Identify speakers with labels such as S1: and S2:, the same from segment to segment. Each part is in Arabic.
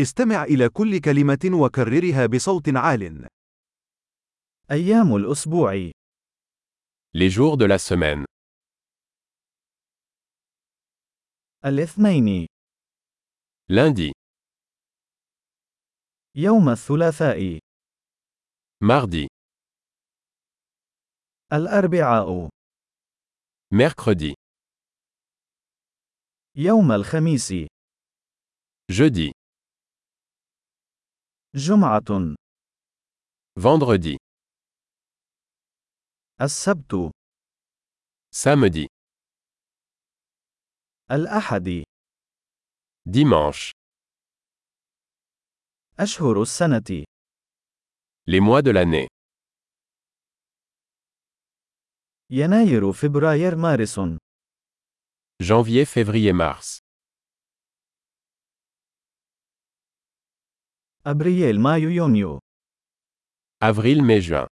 S1: استمع إلى كل كلمة وكررها بصوت عال.
S2: أيام الأسبوع
S3: Les jours de la semaine.
S2: الاثنين
S3: Lundi,
S2: يوم الثلاثاء
S3: mardi,
S2: الأربعاء
S3: mercredi,
S2: يوم الخميس
S3: jeudi,
S2: جمعة
S3: vendredi,
S2: السبت
S3: samedi,
S2: الأحد
S3: dimanche.
S2: أشهر السنة
S3: Les mois de l'année.
S2: يناير فبراير مارس
S3: Janvier, février, mars.
S2: أبريل مايو يونيو
S3: Avril, mai, juin.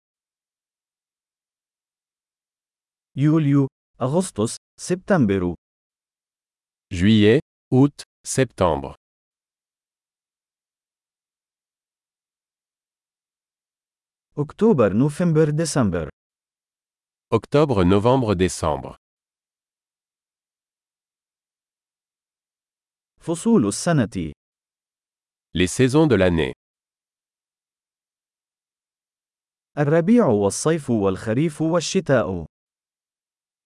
S2: يوليو أغسطس سبتمبر
S3: Juillet, août, septembre.
S2: أكتوبر نوفمبر ديسمبر
S3: Octobre, novembre, décembre.
S2: فصول السنة
S3: Les saisons de l'année.
S2: الربيع والصيف والخريف والشتاء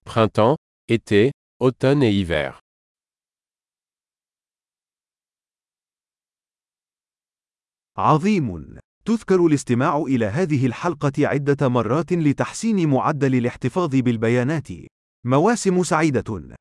S3: Printemps, été, automne et hiver.
S1: عظيم! تذكر الاستماع إلى هذه الحلقة عدة مرات لتحسين معدل الاحتفاظ بالبيانات. مواسم سعيدة!